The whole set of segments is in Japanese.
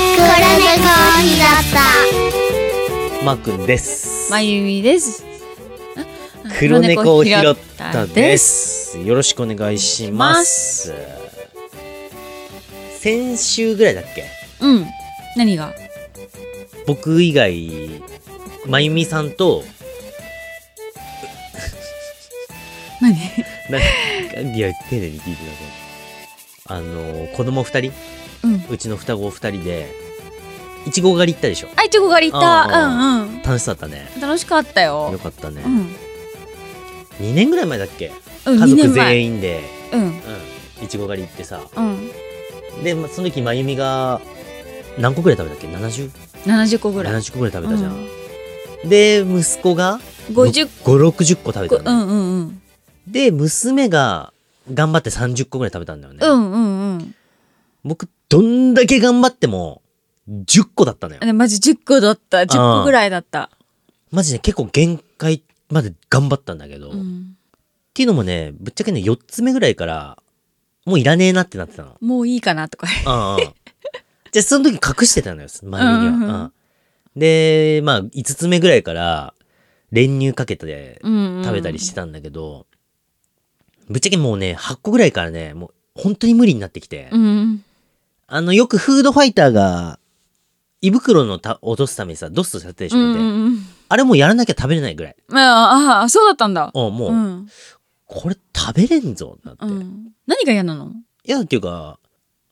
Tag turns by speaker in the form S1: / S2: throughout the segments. S1: ひだっ
S2: マー君です。
S3: まゆみです。。
S2: 黒猫を拾ったですす。よろしくお願いします。先週ぐらいだっけ
S3: うん。何が
S2: 僕以外、まゆみさんと、
S3: 何
S2: なんか、いや、丁寧に聞いてください。あの、子供二人
S3: うん。
S2: うちの双子二人で、いちご狩り行ったでしょ
S3: あ、いちご狩り行っ
S2: あ
S3: た。うんうん。
S2: 楽しかったね。
S3: 楽しかった
S2: よ
S3: よ。
S2: かったね。
S3: うん。
S2: 2年ぐらい前だっけ
S3: うん、
S2: 家
S3: 2
S2: 族
S3: 年前。
S2: 全員で、
S3: うん。
S2: うん、いちご狩り行ってさ。
S3: うん。
S2: で、まその時、まゆみが、何個ぐらい食べたっけ ?70?
S3: 70個ぐらい。
S2: 70個ぐらい食べたじゃん、で息子が
S3: 50
S2: 560個食べ
S3: 個。
S2: た
S3: う
S2: の
S3: んうんうん。
S2: で娘が頑張って30個ぐらい食べたんだよね、
S3: うんうんうん。
S2: 僕どんだけ頑張っても10個だったのよ
S3: でマジ10個だった。10個ぐらいだった。
S2: マジね結構限界まで頑張ったんだけど、
S3: う
S2: っ
S3: ん。
S2: ていうのもねぶっちゃけね4つ目ぐらいからもういらねえなってなってたの
S3: もういいかなとか。
S2: うんうん じゃあその時隠してたのよ、前には。
S3: う
S2: うんん
S3: うんうん
S2: で、まあ、5つ目ぐらいから、練乳かけて
S3: うんうん
S2: 食べたりしてたんだけど、ぶっちゃけもうね、8個ぐらいからね、もう本当に無理になってきて、
S3: うん。
S2: あの、よくフードファイターが、胃袋のた落とすためにさ、ドスとやってるで
S3: う
S2: しょ、
S3: ん
S2: で
S3: うんうん。
S2: あれもうやらなきゃ食べれないぐらい。
S3: まあ、ああ、そうだったんだ。
S2: あもう、
S3: うん。
S2: これ食べれんぞ、なって。
S3: う
S2: い
S3: ん。何が嫌なの
S2: や、っていうか、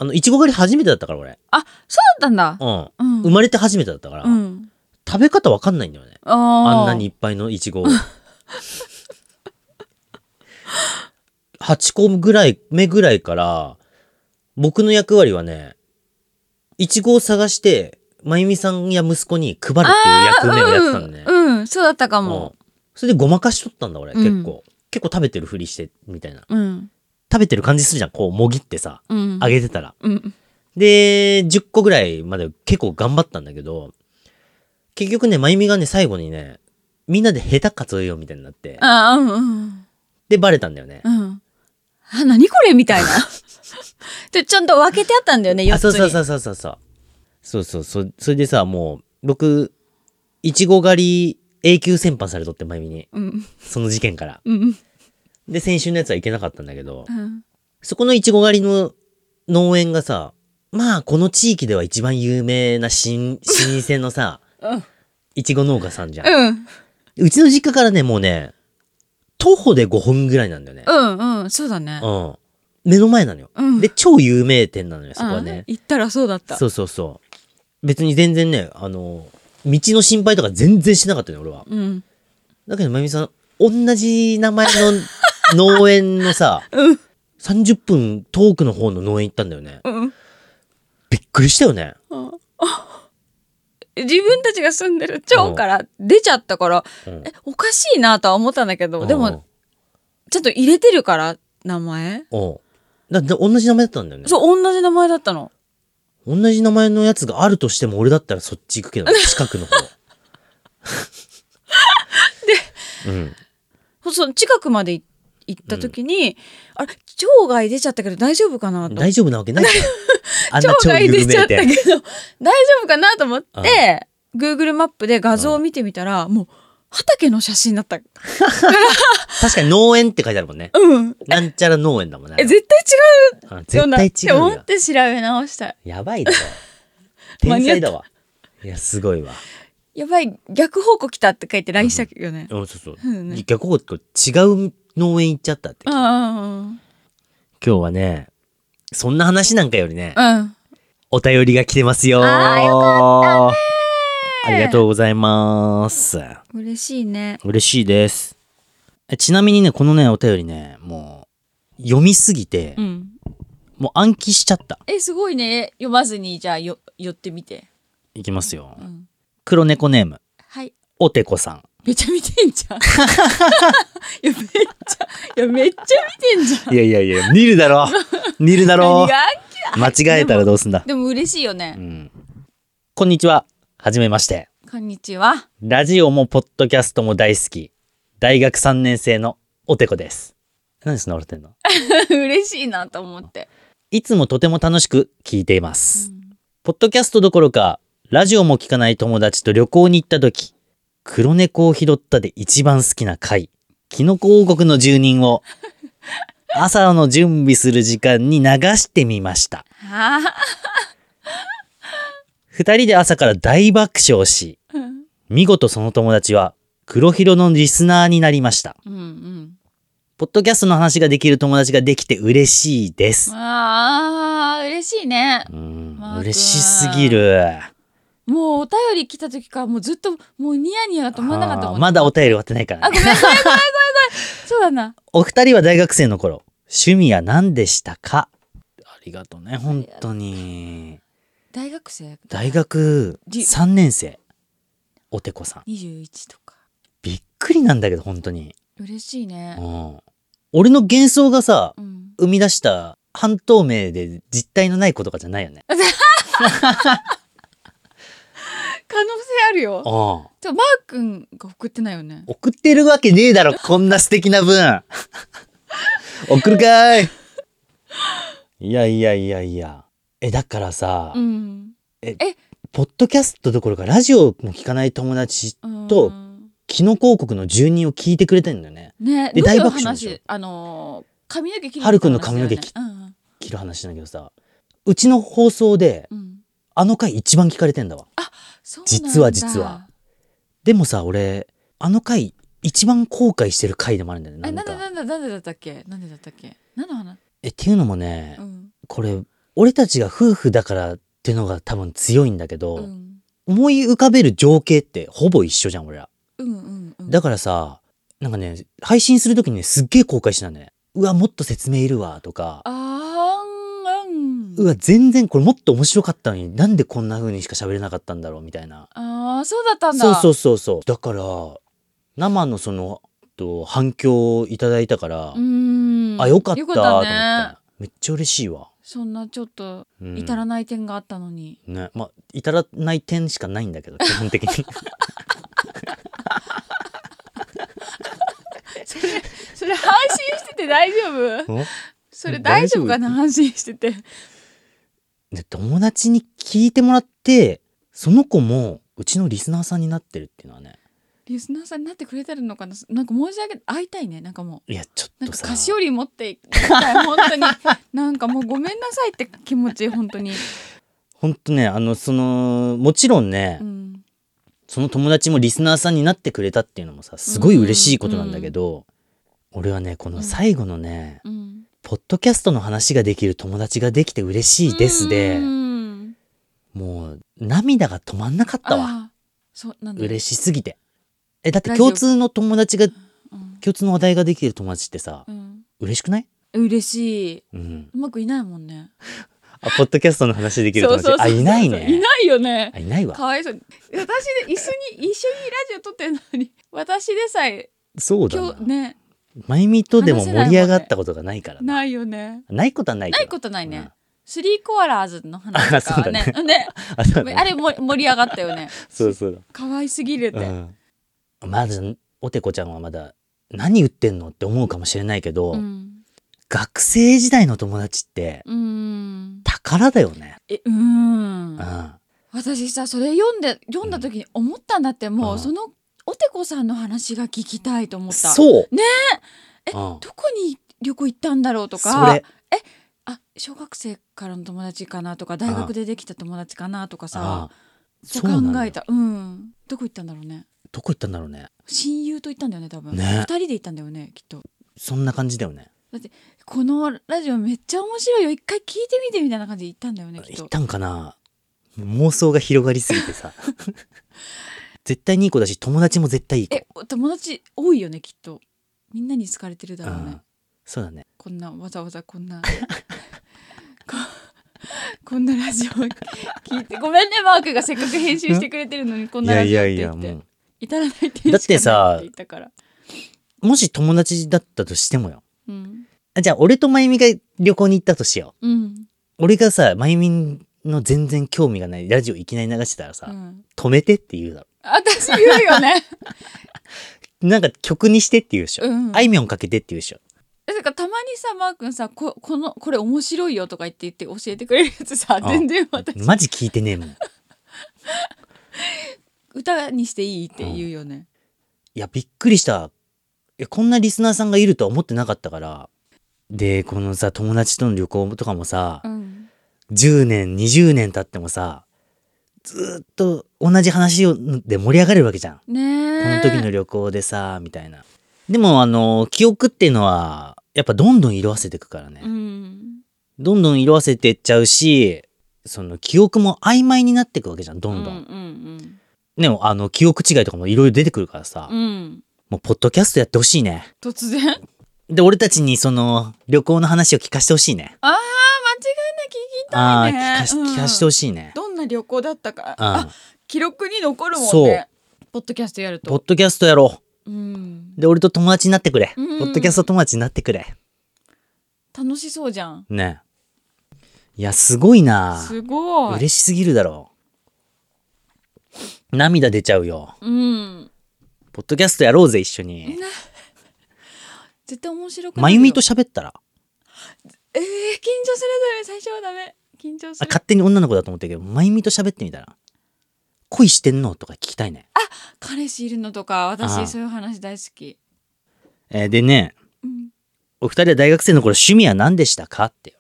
S2: あの、いちご狩り初めてだったから、俺。
S3: あ、そうだったんだ。
S2: うん。
S3: うん。
S2: 生まれて初めてだったから、
S3: うん。
S2: 食べ方わかんないんだよね。
S3: ああ。
S2: あんなにいっぱいのイチゴを。8個ぐらい、目ぐらいから、僕の役割はね、イチゴを探して、まゆみさんや息子に配るっていう役目をやってたのね。
S3: うん、うんそうだったか
S2: も
S3: も。
S2: うそれでごまかしとったんだ、俺、
S3: うん
S2: 結構。結構食べてるふりして、みたいな。
S3: うん。
S2: 食べてる感じするじゃん、こう、もぎってさ、
S3: うん。
S2: あげてたら。
S3: うん。
S2: で、10個ぐらいまで結構頑張ったんだけど、結局ね、まゆみがね、最後にね、みんなで下手数えようみたいになって、
S3: あ、うんうん。
S2: で、バレたんだよね。
S3: うん。あ、なにこれみたい な。で、ちゃんと分けてあったんだよね、4
S2: あ、
S3: つ
S2: そう
S3: に。
S2: そうそうそうそうそう。そうそうそう。それでさ、もう、僕、いちご狩り永久戦犯されとって、まゆみに。
S3: うん。
S2: その事件から。
S3: うん。
S2: で、先週のやつはいけなかったんだけど
S3: う、ん。
S2: そこのいちご狩りの農園がさ、まあ、この地域では一番有名な新、 老舗のさ、
S3: うん
S2: いちご農家さんじゃん。
S3: うん。
S2: うちの実家からね、もうね、徒歩で5本ぐらいなんだよね。
S3: うん。うん。そうだね。
S2: うん。目の前なのよ。
S3: うん。
S2: で、超有名店なのよ、そこは
S3: うん
S2: ね。
S3: 行ったらそうだった。
S2: そうそうそう。別に全然ね、あの、道の心配とか全然しなかったのよ、俺は。
S3: うん。
S2: だけど、まゆみさん、同じ名前 の農園のさ、
S3: うん
S2: 30分遠くの方の農園行ったんだよね。
S3: うん。
S2: びっくりしたよね。
S3: 自分たちが住んでる町から出ちゃったから、
S2: うん
S3: え、おかしいなとは思ったんだけど、で
S2: うん
S3: も、、ちゃんと入れてるから、名前。
S2: うんだって同じ名前だったんだよね。
S3: そう、同じ名前だったの。
S2: 同じ名前のやつがあるとしても俺だったらそっち行くけどね、近く の方。で、うん。
S3: その近くまでい行った時に、あれ町外出ちゃったけど大丈夫かなと
S2: 大丈夫なわけないじゃん。あんな
S3: 町
S2: 超
S3: 外
S2: 有
S3: 出ちゃ
S2: 名
S3: ったけど
S2: 店。
S3: 大丈夫かなと思って、Google マップで画像を見てみたら、もう畑の写真だった
S2: 確かに農園って書いてあるもんね。
S3: うん
S2: なんちゃら農園だもんね。
S3: え絶対違うよ
S2: あ絶
S3: な
S2: 対
S3: っ
S2: 違
S3: て
S2: う
S3: 思っ
S2: よ。
S3: て調べ直した
S2: やばいだろ。
S3: 間
S2: 天
S3: に合った
S2: 才だわ。いや、すごいわ。
S3: やばい逆方向来たって書いて LINE したけどね、
S2: うん、そうそう
S3: うんね。
S2: 逆方向違う農園行っちゃったって。
S3: うん、
S2: 今
S3: うん
S2: 日はね、そんな話なんかよりね、
S3: うん
S2: お便りが来てますよ。
S3: あーよ
S2: かったありがとうございます。
S3: 嬉しいね
S2: 嬉しいです。えちなみにね、このね、お便りね、もう、読みすぎて、
S3: うん
S2: もう暗記しちゃった。
S3: えすごいね読まずにじゃあよ寄ってみて、
S2: いきますよ
S3: う。ん、
S2: 黒猫ネーム、
S3: はい
S2: おてこさ ん。
S3: めっちゃ見てんじゃ ん。いや、めっちゃ、いや、めっちゃ見てんじ ゃん。
S2: いやいやいや、見るだ ろ見るだ
S3: 何
S2: ろ
S3: が
S2: 間違えたらどうすんだ。
S3: でも嬉しいよ
S2: う
S3: ね。
S2: ん。こんにちは。はじめまして。
S3: こんにちは。
S2: ラジオもポッドキャストも大好き。大学3年生のおてこです。何でそんな笑ってんの
S3: 嬉しいなと思って。
S2: いつもとても楽しく聞いています。ポッドキャストどころか、ラジオも聞かない友達と旅行に行った時、黒猫を拾ったで一番好きな回、キノコ王国の住人 を、朝の準備する時間に流してみました。
S3: あ
S2: 二人で朝から大爆笑し、
S3: あ。うん
S2: 見事その友達は黒ひろのリスナーになりました。
S3: うん。
S2: ポッドキャストの話ができる友達ができて嬉しいです。
S3: ああ、嬉しいね。
S2: うん
S3: マー、ク
S2: 嬉しすぎる。
S3: もうお便り来た時からもうずっともうニヤニヤが止まんなかった
S2: あ
S3: も
S2: ー
S3: ん。
S2: まだお便り終わってないから、
S3: あ、ごめん、
S2: ね。
S3: ごめん、ごめん、ごめん。そうだな。
S2: お二人は大学生の頃、趣味は何でしたかありがとうね、本当に。
S3: 大学生
S2: 大学
S3: り
S2: 3年生、おてこさん。
S3: 二十一とか。
S2: びっくりなんだけど、本当に。
S3: 嬉しいうね。
S2: ん、俺の幻想がさ、
S3: うん。
S2: 生み出した半透明で実体のない子とかじゃないよ ね。
S3: 可能性あるよ。
S2: うん
S3: ちょマー君が送ってないよね。
S2: 送ってるわけねえだろ、こんな素敵な 文。送るかーい。いやいやいやいや。え、だからさ、
S3: うん。
S2: ポッドキャストどころかラジオも聞かない友達、
S3: うん
S2: とキノコ王国の住人を聞いてくれてんだよね。
S3: ね、
S2: で
S3: どう
S2: 大
S3: いう
S2: 爆笑でしょ
S3: 話あのー髪の毛切る
S2: はるくんの髪の毛切
S3: 話だよね
S2: 切る話なんだけどさ、うちの放送で
S3: うんうんうん
S2: あの回一番聞かれてんだわ。
S3: そうなんだ
S2: 実は実はでもさ、俺、あの回一番後悔してる回でもあるんだよ
S3: え
S2: ね。な
S3: なんんでな
S2: か。
S3: んだなんでだったっけなんでだったっけ何の話
S2: え、っていうのもね、
S3: うん
S2: これ、俺たちが夫婦だからってのが多分強いんだけど、
S3: うん
S2: 思い浮かべる情景ってほぼ一緒じゃん、俺ら。
S3: うんうんうん
S2: だからさ、なんかね、配信するときにね、すっげえ後悔してたんだよね。うわ、もっと説明いるわ、とか、
S3: あーん
S2: う
S3: うん
S2: わ、全然これもっと面白かったのに、なんでこんな風にしか喋れなかったんだろう、みたいな。
S3: あーそうだったんだ
S2: そうそうそうそう。だから、生のその、と反響をいただいたから、
S3: うーん
S2: あ、よかった
S3: よ
S2: と
S3: か
S2: 思
S3: った
S2: っ
S3: ね
S2: て。めっちゃ嬉しいわ。
S3: そんなちょっと
S2: うん
S3: 至らない点があったのに
S2: ね、まあ、至らない点しかないんだけど、基本的 に。
S3: それそれ安心してて大丈夫
S2: うん
S3: それ大丈夫かな安心してて
S2: で友達に聞いてもらってその子もうちのリスナーさんになってるっていうのはね
S3: リスナーさんになってくれてるのかななんか申し訳会いたいねなんかも
S2: いやちょ
S3: うな
S2: っ
S3: ん
S2: と
S3: か
S2: さ
S3: 菓子折り持っていきたい本当 になんかもうごめんなさいって気持ち本当に
S2: ほんとねあのそのもちろんね、
S3: うん
S2: その友達もリスナーさんになってくれたっていうのもさすごい嬉しいことなんだけど、俺はねこの最後のね、
S3: うん
S2: ポッドキャストの話ができる友達ができて嬉しいです
S3: う
S2: で、
S3: ん
S2: もう涙が止まんなかったわ
S3: あーそうなんだ
S2: 嬉しすぎてえだって
S3: ラジオ
S2: 共通の友達が
S3: うん
S2: 共通の話題ができてる友達ってさ
S3: うん
S2: 嬉しくない
S3: 嬉しい
S2: うん
S3: うまくいないもんね
S2: あ、ポッドキャストの話できる
S3: そ
S2: 友
S3: う
S2: 達。
S3: そうそう
S2: あ、いない
S3: い
S2: ね。
S3: ないよね
S2: あ、いない
S3: か
S2: わ。
S3: わいそうに私で一緒に一緒にラジオ撮ってるのに 私でさえ
S2: そうだ
S3: 今
S2: な
S3: 日。ね
S2: まゆみとでも盛り上がったことがないからな。
S3: ないよね
S2: ないことはないけど。
S3: ないことないねスリーコアラーズの話とかはね
S2: あそう
S3: ね
S2: うん。あ、 そうだ
S3: あ
S2: ね。
S3: れも盛り上がったよね
S2: そうそう
S3: 可愛すぎるって、
S2: だ。うん。まず、おてこちゃんはまだ、何言ってんのって思うかもしれないけど、
S3: うん
S2: 学生時代の友達って、
S3: うん
S2: 宝だよね。
S3: えうん
S2: うん。
S3: 私さそれ読んで読んだ時に思ったんだってもう、
S2: うん
S3: そのおてこさんの話が聞きたいと思った
S2: そう。
S3: ね
S2: え。う
S3: ど
S2: ん。
S3: こに旅行行ったんだろうと
S2: そ
S3: か
S2: れ。
S3: あ小学生からの友達かなとか大学でできた友達かなとかさ
S2: あ
S3: そう
S2: そうなんだ
S3: 考えたうんどこ行ったんだろうね
S2: どこ行ったんだろうね。
S3: 親友と行ったんだよね多分二、
S2: ね
S3: 人で行ったんだよねきっと
S2: そんな感じだよね。
S3: このラジオめっちゃ面白いよ一回聞いてみてみたいな感じで行ったんだよねきっ
S2: 行っ
S3: と
S2: たんかな妄想が広がりすぎ てさ。絶対にいい子だし、友達も絶対いい子。
S3: えお友達多いよねきっとみんなに好かれてるだ
S2: う
S3: ろうね、
S2: ん、そうだね
S3: こんなわざわざこんな ここんなラジオ聞いてごめんねマークがせっかく編集してくれてるのにこんなラジオって言って至らない点しかない
S2: だってさ
S3: 言ったから、
S2: うもし友達だったとしてもよ
S3: うん
S2: あじゃあ俺とまゆみが旅行に行ったとしよ
S3: うん
S2: う俺がさまゆみの全然興味がないラジオいきなり流してたらさ、
S3: うん、
S2: 止めてって言うだろ
S3: 私言 うよね、
S2: なんか曲にしてって言うでしょ、
S3: うん、
S2: あいみょんかけてって言うでしょ
S3: えだからたまにさマー君さここのこれ面白いよとか言って言って教えてくれるやつさ
S2: あ
S3: 全然私
S2: マジ聞いてねえもん。い
S3: 歌にしていいって言うよね、
S2: や、びっくりした。いや、こんなリスナーさんがいるとは思ってなかったから。で、このさ、友達との旅行とかもさ、
S3: うん、
S2: 10年、20年経ってもさ、ずーっと同じ話をで盛り上がるわけじゃん。
S3: ねえ
S2: この時の旅行でさ、みたいな。でも、あの、記憶っていうのは、やっぱどんどん色あせてくからね。
S3: うん
S2: どんどん色あせてっちゃうし、その記憶も曖昧になってくわけじゃん、ど
S3: うん
S2: んどん。
S3: うん
S2: ね、あの、記憶違いとかもいろいろ出てくるからさ、
S3: うんうん
S2: もう、ポッドキャストやってほしいね。
S3: 突然あー間違いな
S2: で、俺たちにその、旅行の話を聞かせてほしいね。
S3: く聞きたいね
S2: ああ、聞かし、
S3: うん
S2: 聞かせてほしいね。
S3: どんな旅行だったか、
S2: うん
S3: あ記録に残るもんねポッドキャストやる
S2: ポ
S3: と
S2: ッドキャストやろ
S3: うん
S2: う。で、俺と友達になってくれ。ポ
S3: うん
S2: ッドキャスト友達になってくれ。
S3: 楽しそうじゃん
S2: ね。いや、すごいな
S3: すごい
S2: 嬉しすぎるだろう。涙出ちゃうよ。
S3: うん
S2: ポッドキャストやろうぜ、一緒に。
S3: 絶対面白く
S2: ま
S3: なる
S2: ゆ
S3: よ
S2: みと喋ったら、
S3: えー、緊張するダメ最初はダメ緊張す
S2: あ
S3: る
S2: 勝手に女の子だと思ったけど、まゆみと喋ってみたら、恋してんのとか聞きたいね。
S3: 彼氏いるのとか
S2: ああ
S3: 私そういう話大好き
S2: えーでね、
S3: うん
S2: お二人は大学生の頃趣味は何でしたかって。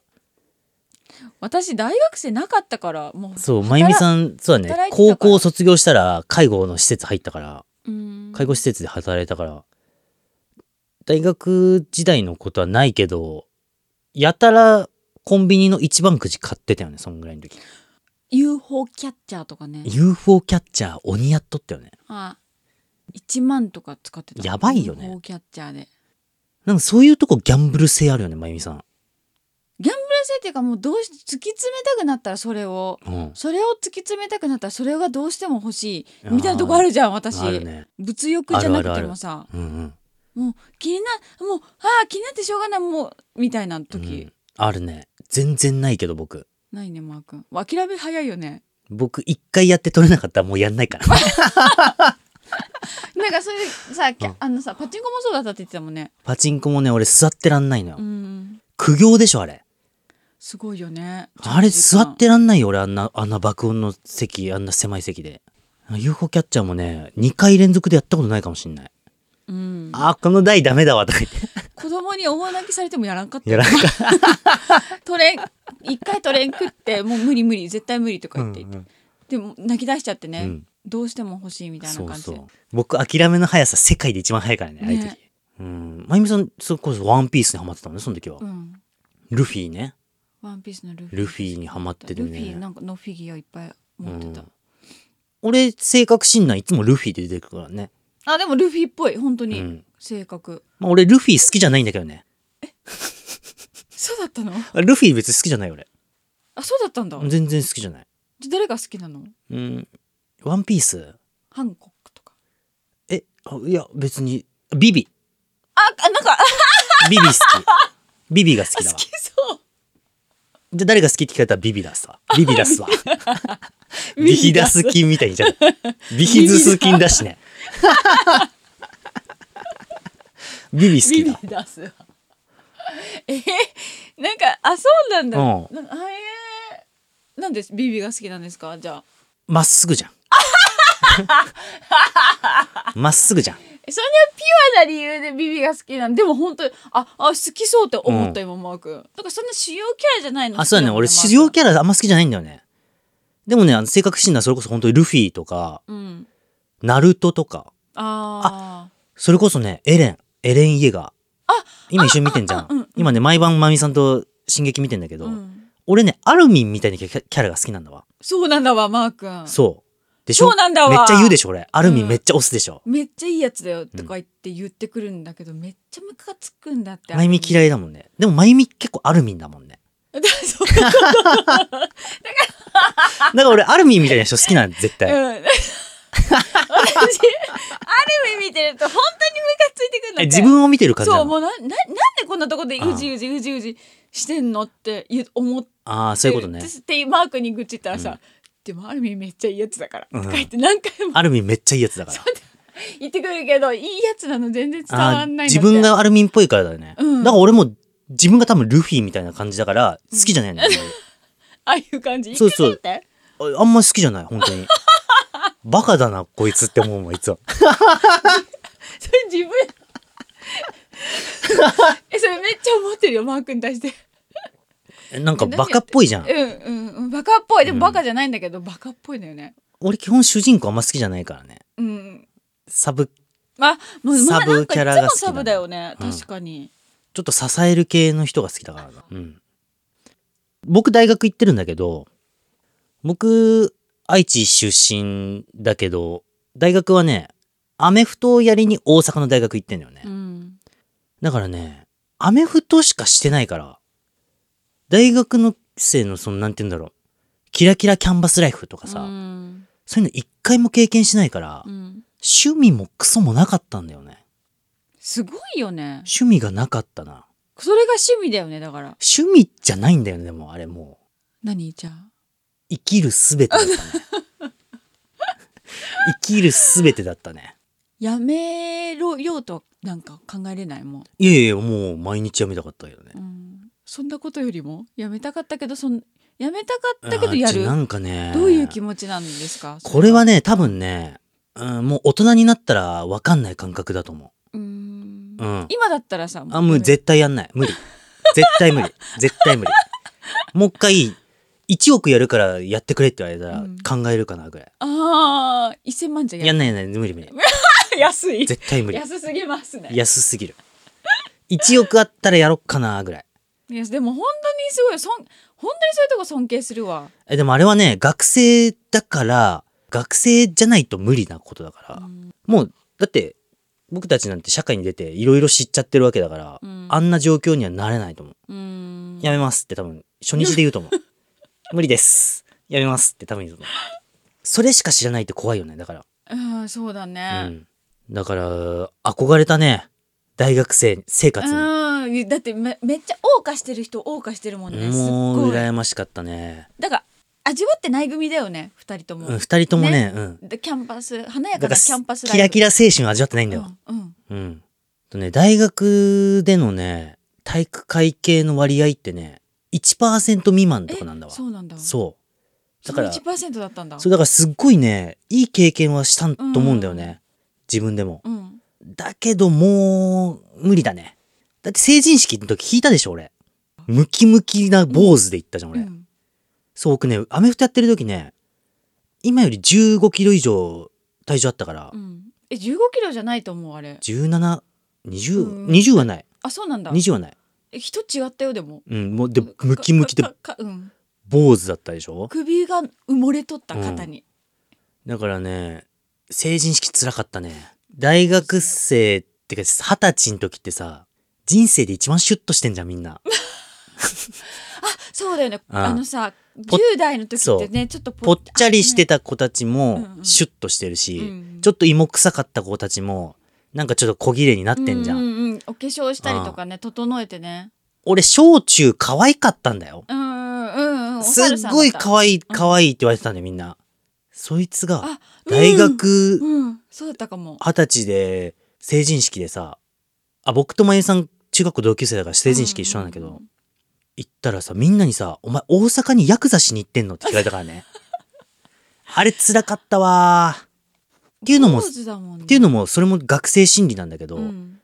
S3: 私大学生なかったからもう
S2: そう、まゆみさん、そうだね
S3: 働、いてたから
S2: 高校卒業したら介護の施設入ったから、
S3: うん
S2: 介護施設で働いたから、大学時代のことはないけど、やたらコンビニの一番くじ買ってたよね、そんぐらいの時。
S3: UFO キャッチャーとかね
S2: UFO キャッチャー鬼やっとったよね。
S3: あ1万とか使ってた
S2: やばいよね
S3: UFO キャッチャーで
S2: なんかそういうとこギャンブル性あるよね、まゆみさん。
S3: ギャンブル性っていうかもうどうし突き詰めたくなったらそれを
S2: うん。
S3: それを突き詰めたくなったらそれがどうしても欲しいみたいなとこあるじゃん私
S2: あるね。
S3: 物欲じゃなくてもさ
S2: うんうん。
S3: もう気になもうああ気になってしょうがないもうみたいな時、
S2: うんあるね。全然ないけど僕。
S3: ないねマー君諦め早いよね
S2: 僕一回やって取れなかったらもうやんな いから。
S3: なんかそれでさ、きゃ
S2: うん
S3: あのさパチンコもそうだったって言ってたもんね
S2: パチンコもね、俺座ってらんないのよ。
S3: うん
S2: 苦行でしょ、あれ。
S3: すごいよね
S2: あれ座っ
S3: る
S2: てらんないよ、俺あんな、あんな爆音の席、あんな狭い席で。UFO キャッチャーもね、2回連続でやったことないかもしんない。
S3: うん
S2: あー、この台ダメだわ、とか言 って。
S3: 子供に大泣きされてもやらんかった
S2: やらんかった
S3: 取れん一回取れんく ってもう無理無理絶対無理とか言って、
S2: うんうん
S3: でも泣き出しちゃってね、
S2: うん
S3: どうしても欲しいみたいな
S2: そ
S3: 感
S2: う
S3: じ
S2: そう。僕、諦めの速さ、世界で一番速いからね、ああいう時。
S3: ね
S2: うん。まゆみさん、それこそワンピースにハマってたのね、その時は。
S3: うん
S2: ルフィね。
S3: ワンピースのルフィ
S2: ルフィにハマってて
S3: ル
S2: ね
S3: フィなんかのフィギュアいっぱい持ってた、
S2: うん俺、性格診断いつもルフィで出てくるからね。
S3: あでもルフィっぽい本当
S2: う
S3: に
S2: ん
S3: 性格、
S2: まあ、俺、ルフィ好きじゃないんだけどね。
S3: そうだったの
S2: あルフィ別に好きじゃない、俺。
S3: あそうだったんだ
S2: 全然好きじゃない。
S3: じゃあ誰が好きなの
S2: うん。ワンピース
S3: ハンコックとか
S2: え、あいや、別に、ビビ。
S3: ああなんかあ
S2: ビビ 好き。ビビが好きだわ
S3: 好。きそう
S2: じゃあ誰が好きって聞かれたらビビだすわ。ビビだ すわ。ビヒダス菌みたいにじゃん。ビヒズス菌だ しね。ビビ好
S3: ビ
S2: き
S3: ビ
S2: だ。
S3: 出すわ えー、なんかあそうなんだ、
S2: うん
S3: なんかあえーなんですビビが好きなんですかじゃあ
S2: まっすぐ じゃん。まっすぐじゃん。
S3: えそんなピュアな理由でビビが好きなんでも本当にああ好きそうって思った今、マー君だからそんな主要キャラじゃないの
S2: あ、そうだね。俺、主要キャラあんま好きじゃないんだよね。でもね、あの性格診断それこそ本当にルフィとか、
S3: ャラうん
S2: ナルトとか、
S3: あ
S2: それこそね、エレン、エレン・イェガー。今一緒に見てんじゃ
S3: ああうんうん
S2: ん。今ね、毎晩マミさんと進撃見てんだけ
S3: あ、
S2: ど、
S3: うん、
S2: 俺ね、アルミンみたいなキャキャラが好きなんだわ。
S3: そうなんだわマー君
S2: そう。でしょ
S3: そうなんだわ
S2: めっちゃ言うでしょ、俺。アルミ
S3: う
S2: ン
S3: ん
S2: めっちゃ押すでしょ。
S3: めっちゃいいやつだよとか言って言ってくるんだけど、めっちゃムカつくんだって
S2: マユミ嫌いだもんね。でもマユミ結構アルミンだもんね。
S3: だそう
S2: だから俺、アルミンみたいな人好きなん絶
S3: うん私
S2: 対。
S3: ある意味見てると本当にムカついてくるんだ
S2: え
S3: って
S2: 自分を見てる感じ
S3: そ
S2: な
S3: うも
S2: の
S3: うなななんでこんなとこでうじうじうじうじしてんのって言う思っ
S2: ああ、そういうことね
S3: で。ってマークに愚痴ったらさ、でもアルミンめっちゃいいやつだから、
S2: うん
S3: とか言って何回も
S2: アルミンめっちゃいいやつだから。
S3: 言ってくるけどいいやつなの全然伝わんないんだって
S2: 自分がアルミンっぽいからだよね。
S3: うん
S2: だから俺も自分が多分ルフィみたいな感じだから好きじゃ ないんだよね、
S3: ああいう感じ
S2: そうそ
S3: い
S2: う
S3: くぞって
S2: ああんま好きじゃない本当に。 バカだなこいつって思うもんい つも。
S3: それ自分えそれめっちゃ思ってるよマー君に対して
S2: えなんかバカっぽいじゃん。
S3: うんうんうんバカっぽいで
S2: うん
S3: もバカじゃないんだけど、バカっぽいだよね
S2: 俺基本主人公あんま好きじゃないからね。
S3: うん
S2: サブ
S3: あもう
S2: サブキャラが好きなの
S3: なんかいつもサブだよね、
S2: うん
S3: 確かに
S2: ちょっと支える系の人が好きだからな。うん。僕大学行ってるんだけど、僕、愛知出身だけど、大学はね、アメフトをやりに大阪の大学行ってんだよね。
S3: うん
S2: だからね、アメフトしかしてないから、大学の生のその、なんて言うんだろう、キラキラキャンバスライフとかさ、
S3: うん
S2: そういうの一回も経験しないから、
S3: うん
S2: 趣味もクソもなかったんだよね。
S3: すごいよね
S2: 趣味がなかったな。
S3: それが趣味だよねだから
S2: 趣味じゃないんだよね、でもあれもう。
S3: 何じゃあ
S2: 生きるすべてだったね 生きるすべてだったね
S3: やめろよとはなんか考えれないもん、
S2: いやいやもう毎日は見たかったけどね
S3: うん、そんなことよりもやめたかったけどそんやめたかったけどや
S2: あーち
S3: る
S2: なんかね
S3: どういう気持ちなんですか
S2: これはね多分ね、うん、もう大人になったら分かんない感覚だと思
S3: うーん
S2: ううん
S3: 今だったらさ
S2: あもう絶対やんない 無理絶対無理絶対無理もう一回1億やるからやってくれって言わ
S3: う
S2: れ
S3: ん
S2: たら考えるかなぐらい、
S3: あー1000万じゃ
S2: や
S3: や
S2: んないやんない無理無理
S3: 安い
S2: 絶対無理
S3: 安すぎますね
S2: 安すぎる1億あったらやろっかなぐらい
S3: いやでも本当にすごいそん本当にそういうとこ尊敬するわ、
S2: えでもあれはね学生だから学生じゃないと無理なことだから、
S3: うん
S2: もうだって僕たちなんて社会に出ていろいろ知っちゃってるわけだから、
S3: うん
S2: あんな状況にはなれないと思
S3: う
S2: う、
S3: ん
S2: やめますって多分初日で言 うと思う無理ですやめますって多分言うと思うそれしか知らないって怖いよねだか
S3: うんそうだ
S2: ら、う
S3: ね、
S2: ん、だから憧れたね大学生生活に、
S3: うんだってめめっちゃ謳歌してる人謳歌してるもんねすっ
S2: もう
S3: ごい
S2: 羨ましかったね
S3: だから味わってない組だよね二人とも、
S2: うん、二人ともねうん
S3: でキャンパス華や
S2: だ
S3: か
S2: か
S3: な
S2: ら
S3: キャンパスライフ
S2: キラキラ精神を味わってないんだよ、
S3: うんうん
S2: うん。とね、大学でのね、体育会系の割合ってね、1%未満とかなんだわ。
S3: えそうなんだ
S2: そうだから、
S3: そ
S2: そ
S3: の1%だったんだ
S2: う、だからすっごいね、いい経験はしたんと思うんだよね。自分でも。
S3: うん
S2: だけどもう、無理だね。だって成人式の時弾いたでしょ、俺。ムキムキな坊主で行ったじゃん、俺。
S3: うん
S2: そう、僕ね、アメフトやってる時ね、今より15キロ以上体重あったから、
S3: うん、え15キロじゃないと思うあれ
S2: 17、20、
S3: うん
S2: 20はない。
S3: あそうなんだ
S2: 20はない。
S3: え人違ったよでも
S2: うん、もうでムキムキで
S3: かかかうん、
S2: 坊主だったでしょ
S3: 首が埋もれとった肩に、
S2: だからね成人式つらかったね大学生ってか二十歳の時ってさ人生で一番シュッとしてんじゃんみんな
S3: そうだよね
S2: うん
S3: あのさ
S2: ぽっ
S3: 10代の時ってねちょっと
S2: ぽっちゃりして
S3: た、
S2: た子たちも
S3: うんうん
S2: シュッとしてるし、
S3: うん
S2: ちょっと芋臭かった子たちもなんかちょっと小切れになってんじゃん、
S3: うううんお化粧したりとかね整えてね
S2: 俺小中可愛かったんだよ
S3: うんうんうんうんお
S2: す
S3: 猿
S2: っ
S3: さんだ
S2: ご
S3: っ
S2: い
S3: た
S2: 可愛い可愛いって言われてたんだよみんなそいつが
S3: あ
S2: 大学、
S3: うん、うんそうだったかも
S2: 二十歳で成人式でさあ僕とまゆさん中学校同級生だから成人式一緒なんだけど、
S3: うんうんうん
S2: 行ったらさみんなにさ「お前大阪にヤクザしに行ってんの?」って聞かれたからね あれ辛かったわーっていうのも
S3: 坊
S2: っ
S3: 主だもんね
S2: ていうのもそれも学生心理なんだけど、
S3: うん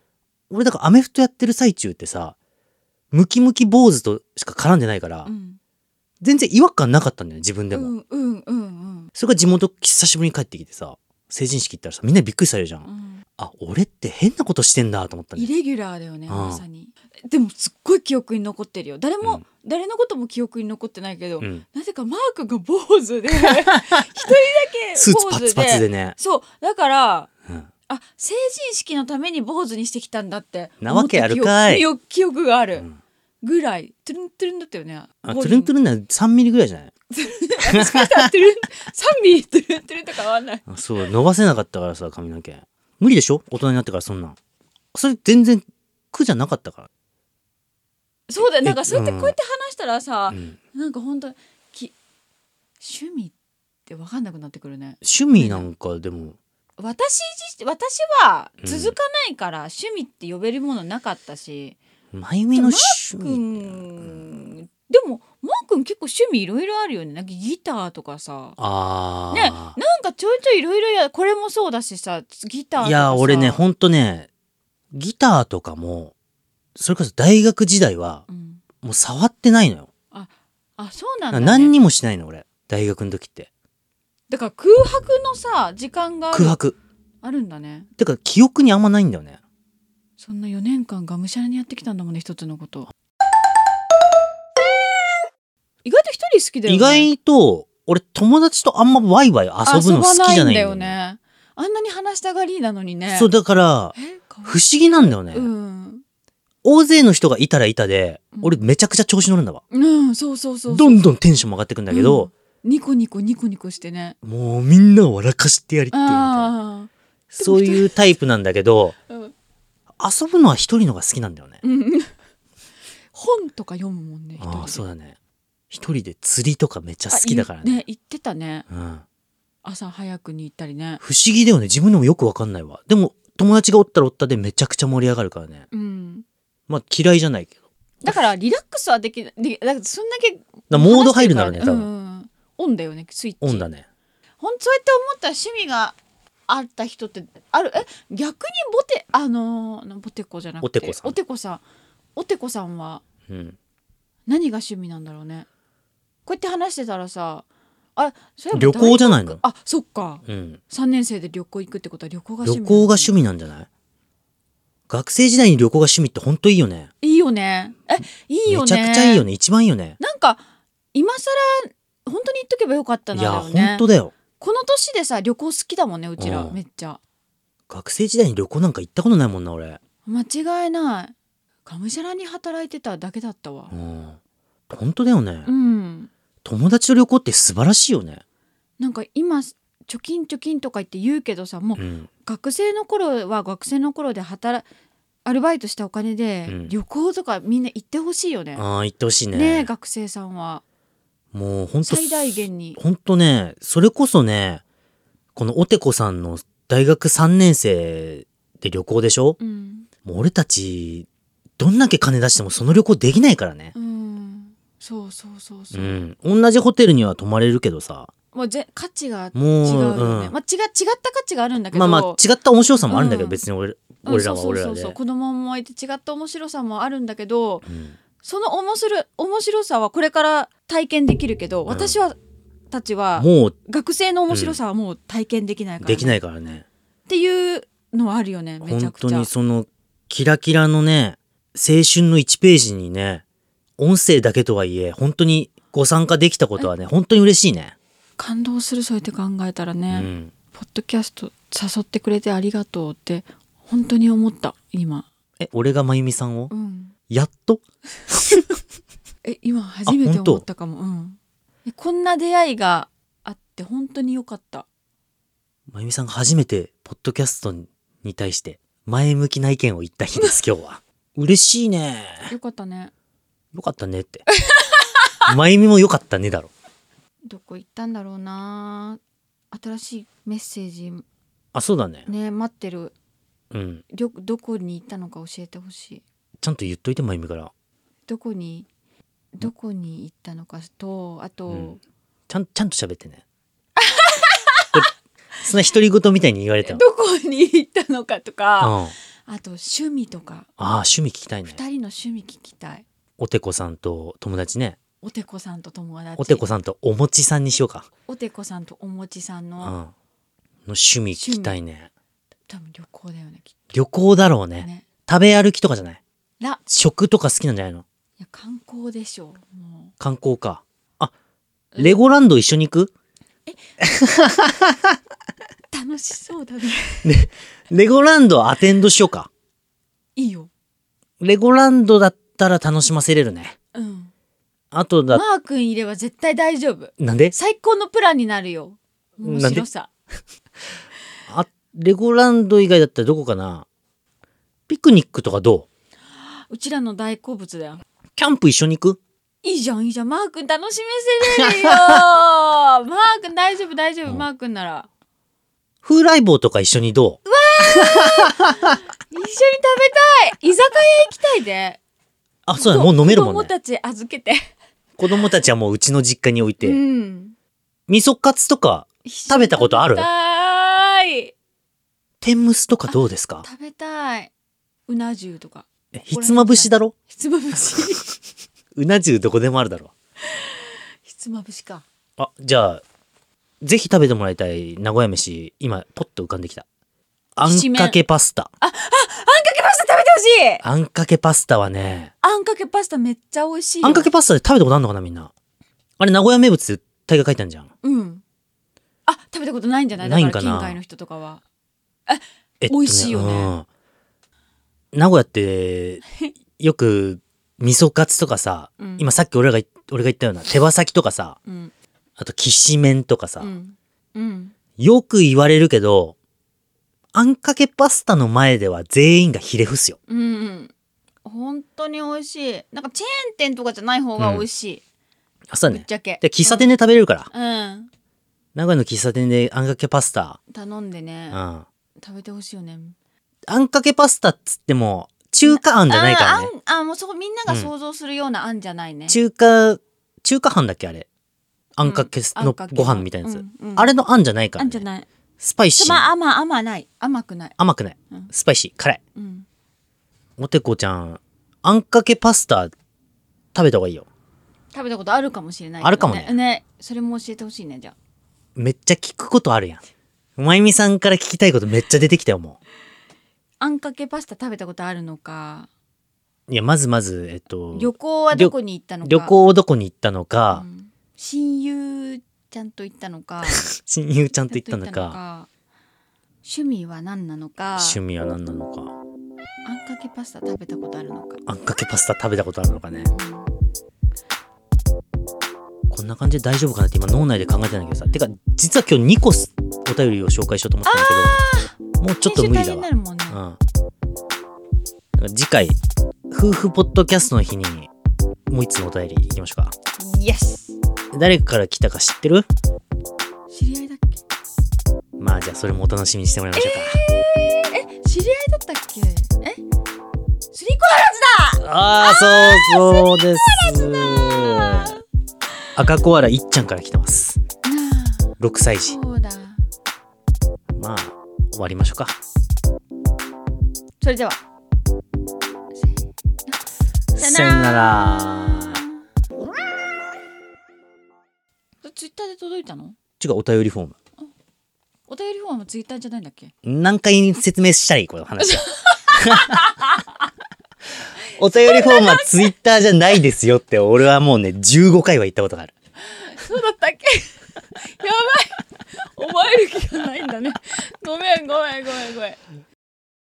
S2: 俺だからアメフトやってる最中ってさムキムキ坊主としか絡んでないから、
S3: うん
S2: 全然違和感なかったんだよね自分でも、
S3: うんうんうんうん
S2: それが地元久しぶりに帰ってきてさ成人式行ったらさみんなびっくりされるじゃん、
S3: うん
S2: あ俺って変なことしてんだと思ったんだよ
S3: イレギュラーだよね
S2: うん
S3: まさにでもすっごい記憶に残ってるよ誰も、
S2: うん
S3: 誰のことも記憶に残ってないけど、
S2: うん
S3: なぜかマークが 坊主 で一人だけ
S2: スーツ
S3: 坊
S2: パ
S3: 主で
S2: ツパツでね。
S3: そうだから
S2: うん
S3: あ成人式のために坊主にしてきたんだって
S2: なわけあるかい
S3: 思った記憶記憶があ
S2: う
S3: る
S2: ん
S3: ぐらいトゥルントゥルンだったよね
S2: あトゥルントゥルンなら3ミリぐらいじゃない
S3: ルントゥルン3ミリトゥルントゥルンとか合わない
S2: あそう、伸ばせなかったからさ、髪の毛。無理でしょ大人になってからそんなん。それ全然苦じゃなかったか
S3: そうだよ
S2: え
S3: なんかそうやって
S2: うん
S3: こうやって話したらさ
S2: ら。、うん
S3: なんか本当き趣味って分かんなくなってくるね
S2: 趣味なんかでも、
S3: 私自私は続かないから趣味って呼べるものなかったし、
S2: まゆみの趣
S3: う
S2: 味。
S3: ん、でもマー君結構趣味いろいろあるよねなんかギターとかさ
S2: あ
S3: ね
S2: あ。
S3: なんかちょいちょいいろいろやこれもそうだしさギターとかさ
S2: いや、俺ね、ほんとね、ギターとかも、それこそ大学時代は、
S3: うん
S2: もう触ってないのよ。
S3: あそうなんだ、ね、
S2: 何にもしないの、俺。大学の時って。
S3: だから空白のさ時間がある
S2: 空白。
S3: あるんだね
S2: てか、記憶にあんまないんだよね。
S3: そんな4年間がむしゃらにやってきたんだもんね一つのこと意外と一人好きだよね
S2: 意外と、俺友達とあんまワイワイ遊ぶの好きじゃな
S3: 遊ばない
S2: いんだよね。
S3: んだよねあんなに話したがりなのにね
S2: そう、だから、
S3: えかわ
S2: 不思議なんだよね。
S3: いいうん
S2: 大勢の人がいたらいたで、
S3: うん
S2: 俺めちゃくちゃ調子乗るんだわ。
S3: うんそうそうそうそう
S2: どんどんテンションも上がってくんだけど、
S3: うんニコニコニコニコしてね
S2: もうみんなを笑かしてやりっていうみたいな。
S3: あ
S2: そういうタイプなんだけど、
S3: あーうん
S2: 遊ぶのは一人のが好きなんだよね。
S3: うん 本とか読むもんね一人で
S2: ああ、そうだね。一人で釣りとかめっちゃ好きだから
S3: あい
S2: ね。
S3: ね行ってたね
S2: うん、
S3: 朝早くに行ったりね
S2: 不思議だよね。自分でもよくわかんないわ。でも、友達がおったらおったでめちゃくちゃ盛り上がるからね。
S3: うん
S2: まあ嫌いじゃないけど。
S3: だからリラックスはできないでだからそんだけ
S2: だからモード入るならね、多
S3: うん
S2: 分。
S3: うんオンだよねスイッチ
S2: オンだね。
S3: ほんそうやって思ったら趣味があった人ってあるえ逆にボテあのーボテコじゃなくて
S2: おてこさん
S3: おてこさんおてこさんは
S2: うん。
S3: 何が趣味なんだろうねこうやって話してたらさあそれ
S2: 旅行じゃないの
S3: あそっか
S2: うん。
S3: 3年生で旅行行くってことは旅行が
S2: 旅
S3: 趣味
S2: 行が趣味なんじゃない学生時代に旅行が趣味ってほんといいよね。
S3: いいよねえいいよね
S2: めちゃくちゃいいよね。一番いいよね。
S3: なんか今更本当に言っとけばよかった
S2: い
S3: なだ
S2: や、
S3: よ
S2: ほ
S3: ね
S2: んとだよ。
S3: この年でさ旅行好きだもんねうちら、
S2: うん
S3: めっちゃ
S2: 学生時代に旅行なんか行ったことないもんな、俺。
S3: 間違いないがむしゃらに働いてただけだったわ
S2: うん。ほんとだよね
S3: う。ん
S2: 友達と旅行って素晴らしいよね。
S3: なんか今貯金貯金とか言って言うけどさもう
S2: うん。
S3: 学生の頃は学生の頃で働アルバイトしたお金で
S2: うん
S3: 旅行とかみんな行ってほしいよね、
S2: ああ、行ってほしいね。
S3: ねえ学生さんは
S2: もうほんと、
S3: 最大限に
S2: ほんとね、それこそね、このおてこさんの大学3年生で旅行でしょ
S3: うん、
S2: もう俺たち、どんだけ金出してもその旅行できないからね。
S3: うん、そうそうそうそうう、
S2: ん。同じホテルには泊まれるけどさ。
S3: もうぜ価値が違う
S2: もう、
S3: よね、
S2: うん
S3: まあ、違違った価値があるんだけど
S2: まあまあ、違った面白さもあるんだけ
S3: う
S2: ど、
S3: ん
S2: 別に俺
S3: うん
S2: 俺らは
S3: そう
S2: 俺
S3: そうそ
S2: ら
S3: う
S2: で。
S3: そう
S2: う
S3: 子供もいて違った面白さもあるんだけど
S2: ん
S3: その面白い面白さはこれから体験できるけど、
S2: ん
S3: 私はたちは
S2: もう、
S3: 学生の面白さはもう体験できないから、
S2: でき
S3: い
S2: ないからね。
S3: っていうのはあるよねめちゃ
S2: 本
S3: く
S2: 当
S3: ちゃ
S2: にその、キラキラのね、青春の1ページにね、音声だけとはいえ、本当にご参加できたことはね、本当に嬉しいね。
S3: 感動するそうやって考えたら
S2: う
S3: ね、
S2: ん。
S3: ポッドキャスト誘ってくれてありがとうって本当に思った今、
S2: え、俺がまゆみさんを
S3: うん、
S2: やっと
S3: え今初めて
S2: 本当
S3: 思ったかも、うん、えこんな出会いがあって本当に良かった
S2: まゆみさんが初めて、ポッドキャストに対して、前向きな意見を言った日です、今 日は。嬉しいね。
S3: 良かったね
S2: よかったねって。まゆみもよかったねだろ。
S3: どこ行ったんだろうな新しいメッセージ
S2: あ、そうだね。
S3: ね待ってる
S2: うん。
S3: りょどこに行ったのか教えてほしい
S2: ちゃんと言っといて、まゆみから。
S3: どこにどこに行ったのかとあと、
S2: うんちゃん、ちゃんと喋ってね。これそんな独り言みたいに言われても。
S3: どこに行ったのかと
S2: うん。
S3: か、
S2: あ
S3: あと趣味とか
S2: あ、趣味聞きたいね
S3: 二。人の趣味聞きたい
S2: おてこさんと友達ね。
S3: おてこさんと友達
S2: おてこさんとおもちさんにしようか。
S3: おてこさんとおもちさん
S2: うん。
S3: の、
S2: の趣味聞きたいね。
S3: 多分旅行だよねきっ
S2: 旅行だろう
S3: と
S2: ね。
S3: ね
S2: 食べ歩きとかじゃない
S3: ら
S2: 食とか好きなんじゃないの
S3: いや観光でしょうも
S2: 観光か。あ、レゴランド一緒に行く
S3: う楽しそうだね
S2: レゴランドアテンドしようか。
S3: いいよ
S2: レゴランドだったら楽しませれるね。
S3: うん
S2: あとだ、
S3: マー君いれば絶対大丈夫
S2: なんで
S3: 最高のプランになるよ
S2: なん
S3: 面
S2: で
S3: 白さ
S2: あ、レゴランド以外だったらどこかなピクニックとかど
S3: うちらの大好物だよ
S2: うキャンプ一緒に行く
S3: いいじゃんいいじゃんマー君 楽しめせれるよマー君大丈夫大丈夫、
S2: うん
S3: マー君なら
S2: 風来坊とか一緒にどう
S3: 一緒に食べたい居酒屋行きたいで
S2: あ、そうだね、もう飲めるも
S3: 子
S2: ん
S3: 供
S2: ね。
S3: たち預けて
S2: 子供たちはもううちの実家に置いて。
S3: うん
S2: 味噌カツとか、
S3: 食
S2: べたことある
S3: 食べたい
S2: 天むすとかどうですか
S3: 食べたいうな重とか
S2: えひつまぶしだろ
S3: ひつまぶ し
S2: うな重どこでもあるだろ。
S3: ひつまぶしか
S2: あ、じゃあ、ぜひ食べてもらいたい名古屋飯、今、ポッと浮かんできた。あ
S3: きし
S2: ん
S3: めん
S2: かけパスタ。
S3: あんかけパスタ食べてほしい
S2: あんかけパスタはね、
S3: あんかけパスタめっちゃ美味しいよ
S2: あんかけパスタで食べたことあるのかな、みんな。あれ、名古屋名物って大概書いてあるじゃん。
S3: うんあ食べたことないんじゃない
S2: ないん
S3: だ
S2: か
S3: から
S2: な
S3: 近海の人とかは
S2: え
S3: 美味しいよね
S2: うん名古 屋って、よく、味噌カツとかさ、
S3: うん
S2: 今さっき俺らが言っ、俺が言ったような手羽先とかさ、
S3: うん
S2: あと、きしめんとかさ、
S3: うんうん
S2: よく言われるけど、あんかけパスタの前では全員がひれ伏すよ。
S3: うんうん本当に美味しいなんかチェーン店とかじゃない方が美味しい、
S2: あ、そうだ
S3: ぶっ
S2: ね
S3: ち。ゃけ
S2: で、喫茶店で食べれるから。
S3: うん
S2: 名古屋の喫茶店であんかけパスタ。
S3: 頼んでね
S2: うん。あ
S3: 食べてほしいよね
S2: んかけパスタっつっても、中華あんじゃないからね。
S3: あーあんあもうそこみんなが想像するようなあんじゃないね、
S2: 中華、中華飯だっけあれ。あんかけ
S3: あん
S2: の
S3: かけ
S2: ご飯みたいなや
S3: う
S2: つ
S3: んう。ん
S2: あれのあんじゃないか
S3: あ
S2: ら
S3: んじゃ
S2: ね。
S3: ない
S2: スパイ
S3: ち
S2: シ
S3: ょま
S2: ー。
S3: あ甘甘ない甘くない
S2: 甘くない
S3: うん。
S2: スパイシー。辛い。
S3: うん
S2: おてこちゃん、あんかけパスタ食べた方がいいよ。
S3: 食べたことあるかもしれないけど、
S2: あるかもね
S3: ねそれも教えてほしいねじゃあ
S2: めっちゃ聞くことあるやん。まゆみさんから聞きたいことめっちゃ出てきたよ、もう。
S3: あんかけパスタ食べたことあるのか
S2: いや、まずまず、えっと、
S3: 旅行はどこに行ったのか
S2: 旅行をどこに行ったのか、
S3: うん親友ちゃんと行ったのか
S2: 親友ちゃんと
S3: ちゃん
S2: 行ったのか、
S3: か趣味は何なのか
S2: 趣味は何なのか、
S3: あんかけパスタ食べたことあるのか、
S2: あんかけパスタ食べたことあるのかね。こんな感じで大丈夫かなって今脳内で考えてたんだけどさ。てか、実は今日2個すお便りを紹介しようと思ってたんだけど、もうちょっと無理
S3: 編集大
S2: だ
S3: 変にな。るも
S2: わ
S3: んね、
S2: うん。だから次回、夫婦ポッドキャストの日に、もう一つのお便り行きましょうか。
S3: イエス
S2: 誰から来たか知ってる
S3: 知り合いだっ
S2: まあじゃあそれもお楽しみにしてもらいましょうか。
S3: けえ知り合いだったっけえスリコ
S2: ああ、そうそうです。赤コアラいっちゃんから来てます。
S3: アラなあ
S2: 6歳児。
S3: そうだ
S2: まあ、終わりましょうか。
S3: それでは
S2: さよなら。
S3: ツイッターで届いたの
S2: ちょ、お便りフォーム。
S3: お便りフォームツイッターじゃないんだっけ
S2: 何回説明したらいいこの話は。 お便りフォームはツイッターじゃないですよって、俺はもうね、15回は言ったことがある。
S3: そうだ ったっけやばい覚える気がないんだねごめんごめんごめんごめん